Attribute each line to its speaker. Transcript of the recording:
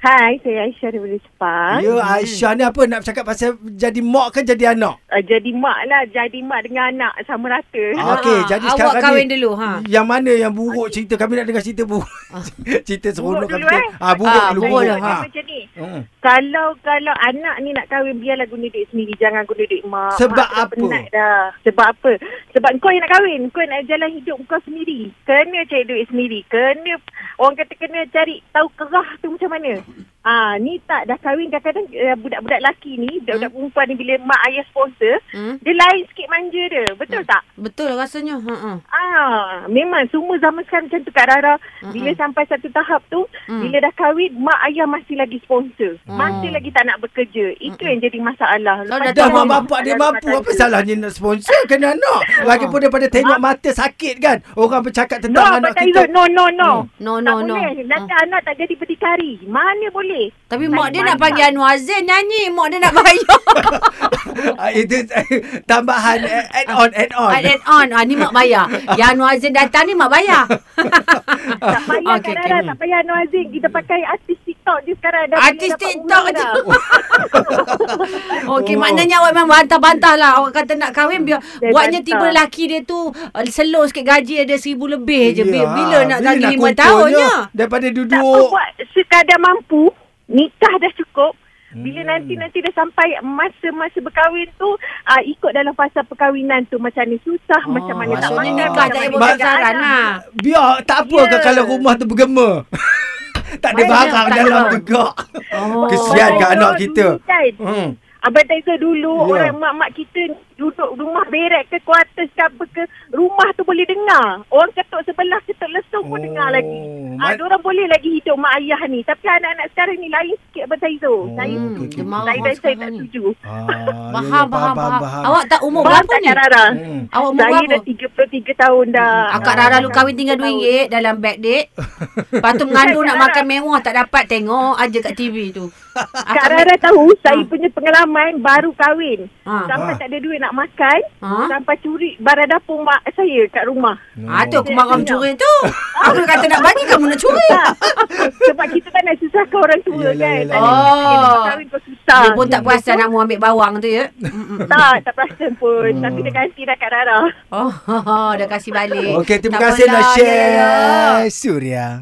Speaker 1: Hai, saya Aisyah daripada Sepang.
Speaker 2: Ya, Aisyah ni apa nak bercakap pasal jadi mak ke jadi anak?
Speaker 1: Uh, jadi mak lah. Jadi mak dengan anak sama rata.
Speaker 2: Ah, Okey,
Speaker 3: Ha,
Speaker 2: jadi
Speaker 3: awak
Speaker 2: sekarang ni-
Speaker 3: kahwin dulu, ha.
Speaker 2: Yang mana yang buruk cerita? Kami nak dengar cerita buruk. cerita seronok
Speaker 1: dulu,
Speaker 2: kami.
Speaker 1: eh?
Speaker 2: Ah, buruk
Speaker 3: Ah,
Speaker 2: dulu.
Speaker 3: buruk
Speaker 1: Dia
Speaker 3: dah,
Speaker 2: ha.
Speaker 1: cakap Macam ni.
Speaker 2: Hmm.
Speaker 1: Kalau kalau anak ni nak kahwin biarlah guna duit sendiri jangan guna duit mak.
Speaker 2: Sebab
Speaker 1: mak dah
Speaker 2: apa?
Speaker 1: Penat dah. Sebab apa? Sebab kau yang nak kahwin, kau nak jalan hidup kau sendiri. Kena cari duit sendiri. Kena orang kata kena cari tahu kerah tu macam mana. Ah ni tak dah kahwin kadang-kadang eh, budak-budak lelaki ni, budak-budak hmm. perempuan ni bila mak ayah sponsor,
Speaker 3: Hmm?
Speaker 1: dia lain sikit manja dia. Betul
Speaker 2: Hmm.
Speaker 1: tak?
Speaker 3: Betul rasanya. Ha ha.
Speaker 1: Ah, memang semua zaman sekarang macam tu Kak Rara. Bila sampai satu tahap tu,
Speaker 3: Mm.
Speaker 1: bila dah kahwin, mak ayah masih lagi sponsor. Masih lagi tak nak bekerja. Itu yang jadi masalah.
Speaker 3: Kalau
Speaker 1: Lepas
Speaker 3: dah
Speaker 2: Dah
Speaker 1: tu,
Speaker 2: mak bapak dia
Speaker 1: masalah
Speaker 2: mampu
Speaker 1: rumah
Speaker 2: Apa
Speaker 1: tangga.
Speaker 2: salahnya nak sponsor Kena anak Lagipun daripada
Speaker 3: Ha?
Speaker 2: tengok mata sakit kan Orang bercakap
Speaker 1: No,
Speaker 2: tentang anak
Speaker 1: Pak
Speaker 2: kita
Speaker 1: Taizul. No, no, no.
Speaker 3: Mm. No,
Speaker 1: Oh, tak
Speaker 3: no, no. Ha. Mm.
Speaker 1: boleh. Nanti anak tak jadi berdikari. Mana boleh?
Speaker 3: Tapi mak dia nak
Speaker 1: mantap.
Speaker 3: panggil Anwar Zain nyanyi. Mak dia nak bayar.
Speaker 2: Ah, Itu tambahan eh, Add on Add on Ya,
Speaker 3: Add and on. Ah, ni mak bayar. Yang Anwar Zain datang ni mak bayar.
Speaker 1: Tak payah
Speaker 3: Okey,
Speaker 1: okay,
Speaker 3: okey.
Speaker 1: Kak Rara. Tak payah Anwar Azim. Kita pakai artis TikTok je sekarang. Dah
Speaker 3: Artis
Speaker 1: boleh dapat
Speaker 3: TikTok
Speaker 1: uang
Speaker 3: je.
Speaker 1: dah.
Speaker 3: Okey,
Speaker 2: Oh.
Speaker 3: oh. maknanya awak memang bantah-bantah lah. Awak kata nak kahwin, biar
Speaker 1: Dia
Speaker 3: buatnya
Speaker 1: bantah.
Speaker 3: tiba lelaki dia tu uh, slow sikit gaji dia seribu lebih je. Bila,
Speaker 2: Ya,
Speaker 3: bila nak lagi lima
Speaker 2: kumpulnya? Ah,
Speaker 3: tahunnya?
Speaker 2: Daripada
Speaker 1: Tak apa
Speaker 2: duduk
Speaker 1: buat sekadar mampu. Nikah dah cukup.
Speaker 2: Hmm.
Speaker 1: Bila nanti-nanti dah sampai masa-masa berkahwin tu uh, ikut dalam fasa perkahwinan tu macam ni susah
Speaker 3: Oh,
Speaker 1: macam mana tak
Speaker 2: maksudnya
Speaker 1: makan macam mana
Speaker 2: nikah tak boleh
Speaker 1: jaga
Speaker 3: bersaran
Speaker 1: anak.
Speaker 2: ah.
Speaker 3: lah.
Speaker 2: Biar tak apa
Speaker 1: Ya.
Speaker 2: yeah. kalau rumah tu bergema Tak ada
Speaker 3: Mana
Speaker 2: barang
Speaker 3: tak
Speaker 2: dalam
Speaker 3: ada.
Speaker 2: tegak
Speaker 3: Oh.
Speaker 2: Kesian kat
Speaker 1: Abang
Speaker 2: anak
Speaker 1: Taizo
Speaker 2: kita
Speaker 1: dulu kan?
Speaker 2: Hmm.
Speaker 1: Abang Taizo dulu
Speaker 2: Ya.
Speaker 1: orang mak-mak kita duduk rumah berek ke kuartus ke apa ke rumah tu boleh dengar. Orang ketuk sebelah ketuk lesuh pun
Speaker 2: Oh,
Speaker 1: dengar lagi. Ah,
Speaker 2: mat-
Speaker 1: ha, orang boleh lagi hidup mak ayah ni. Tapi anak-anak sekarang ni lain sikit Abang Taizo.
Speaker 2: Oh,
Speaker 1: Saya
Speaker 2: okey,
Speaker 3: Hmm,
Speaker 2: okey.
Speaker 3: dia marah
Speaker 1: saya
Speaker 3: orang
Speaker 1: dan saya
Speaker 3: sekarang
Speaker 1: tak
Speaker 3: ni.
Speaker 1: setuju.
Speaker 2: Ah, ya, ya,
Speaker 3: Faham, faham, faham. Awak tak umur
Speaker 1: Faham
Speaker 3: berapa
Speaker 1: tak
Speaker 3: ni?
Speaker 1: Kak Rara?
Speaker 2: Hmm.
Speaker 3: Awak umur
Speaker 1: Saya
Speaker 3: berapa?
Speaker 1: dah 33 tahun dah.
Speaker 3: Akak Rara lu kahwin tinggal RM2 dalam bag date. Lepas tu mengandung nak makan mewah tak dapat tengok aja kat TV tu.
Speaker 1: Kak
Speaker 3: Akak
Speaker 1: Rara tahu saya
Speaker 3: Ha.
Speaker 1: punya pengalaman baru kahwin.
Speaker 3: Ha.
Speaker 1: Sampai
Speaker 2: Ha.
Speaker 1: tak ada duit nak makan.
Speaker 3: Ha?
Speaker 1: Sampai curi barang dapur mak saya kat rumah.
Speaker 3: Ah tu
Speaker 2: Hmm.
Speaker 3: aku marah mencuri tu. Aku kata nak bagi kamu nak curi.
Speaker 1: Tak. Sebab kita tak nak susahkan orang tua
Speaker 2: Yalah,
Speaker 1: kan.
Speaker 2: yalah,
Speaker 1: Tak nak
Speaker 3: yalah.
Speaker 1: kita nak kahwin kau susah.
Speaker 3: Dia pun tak perasan nak ambil bawang tu ya. Mm-mm.
Speaker 1: Tak, tak perasan pun. Tapi
Speaker 3: Hmm.
Speaker 1: dia ganti dah Kak Rara.
Speaker 3: Oh, dah kasih balik.
Speaker 2: Okey, terima
Speaker 3: Tak
Speaker 2: kasih
Speaker 3: apalah,
Speaker 2: nak
Speaker 3: ya, ya, ya.
Speaker 2: share Suria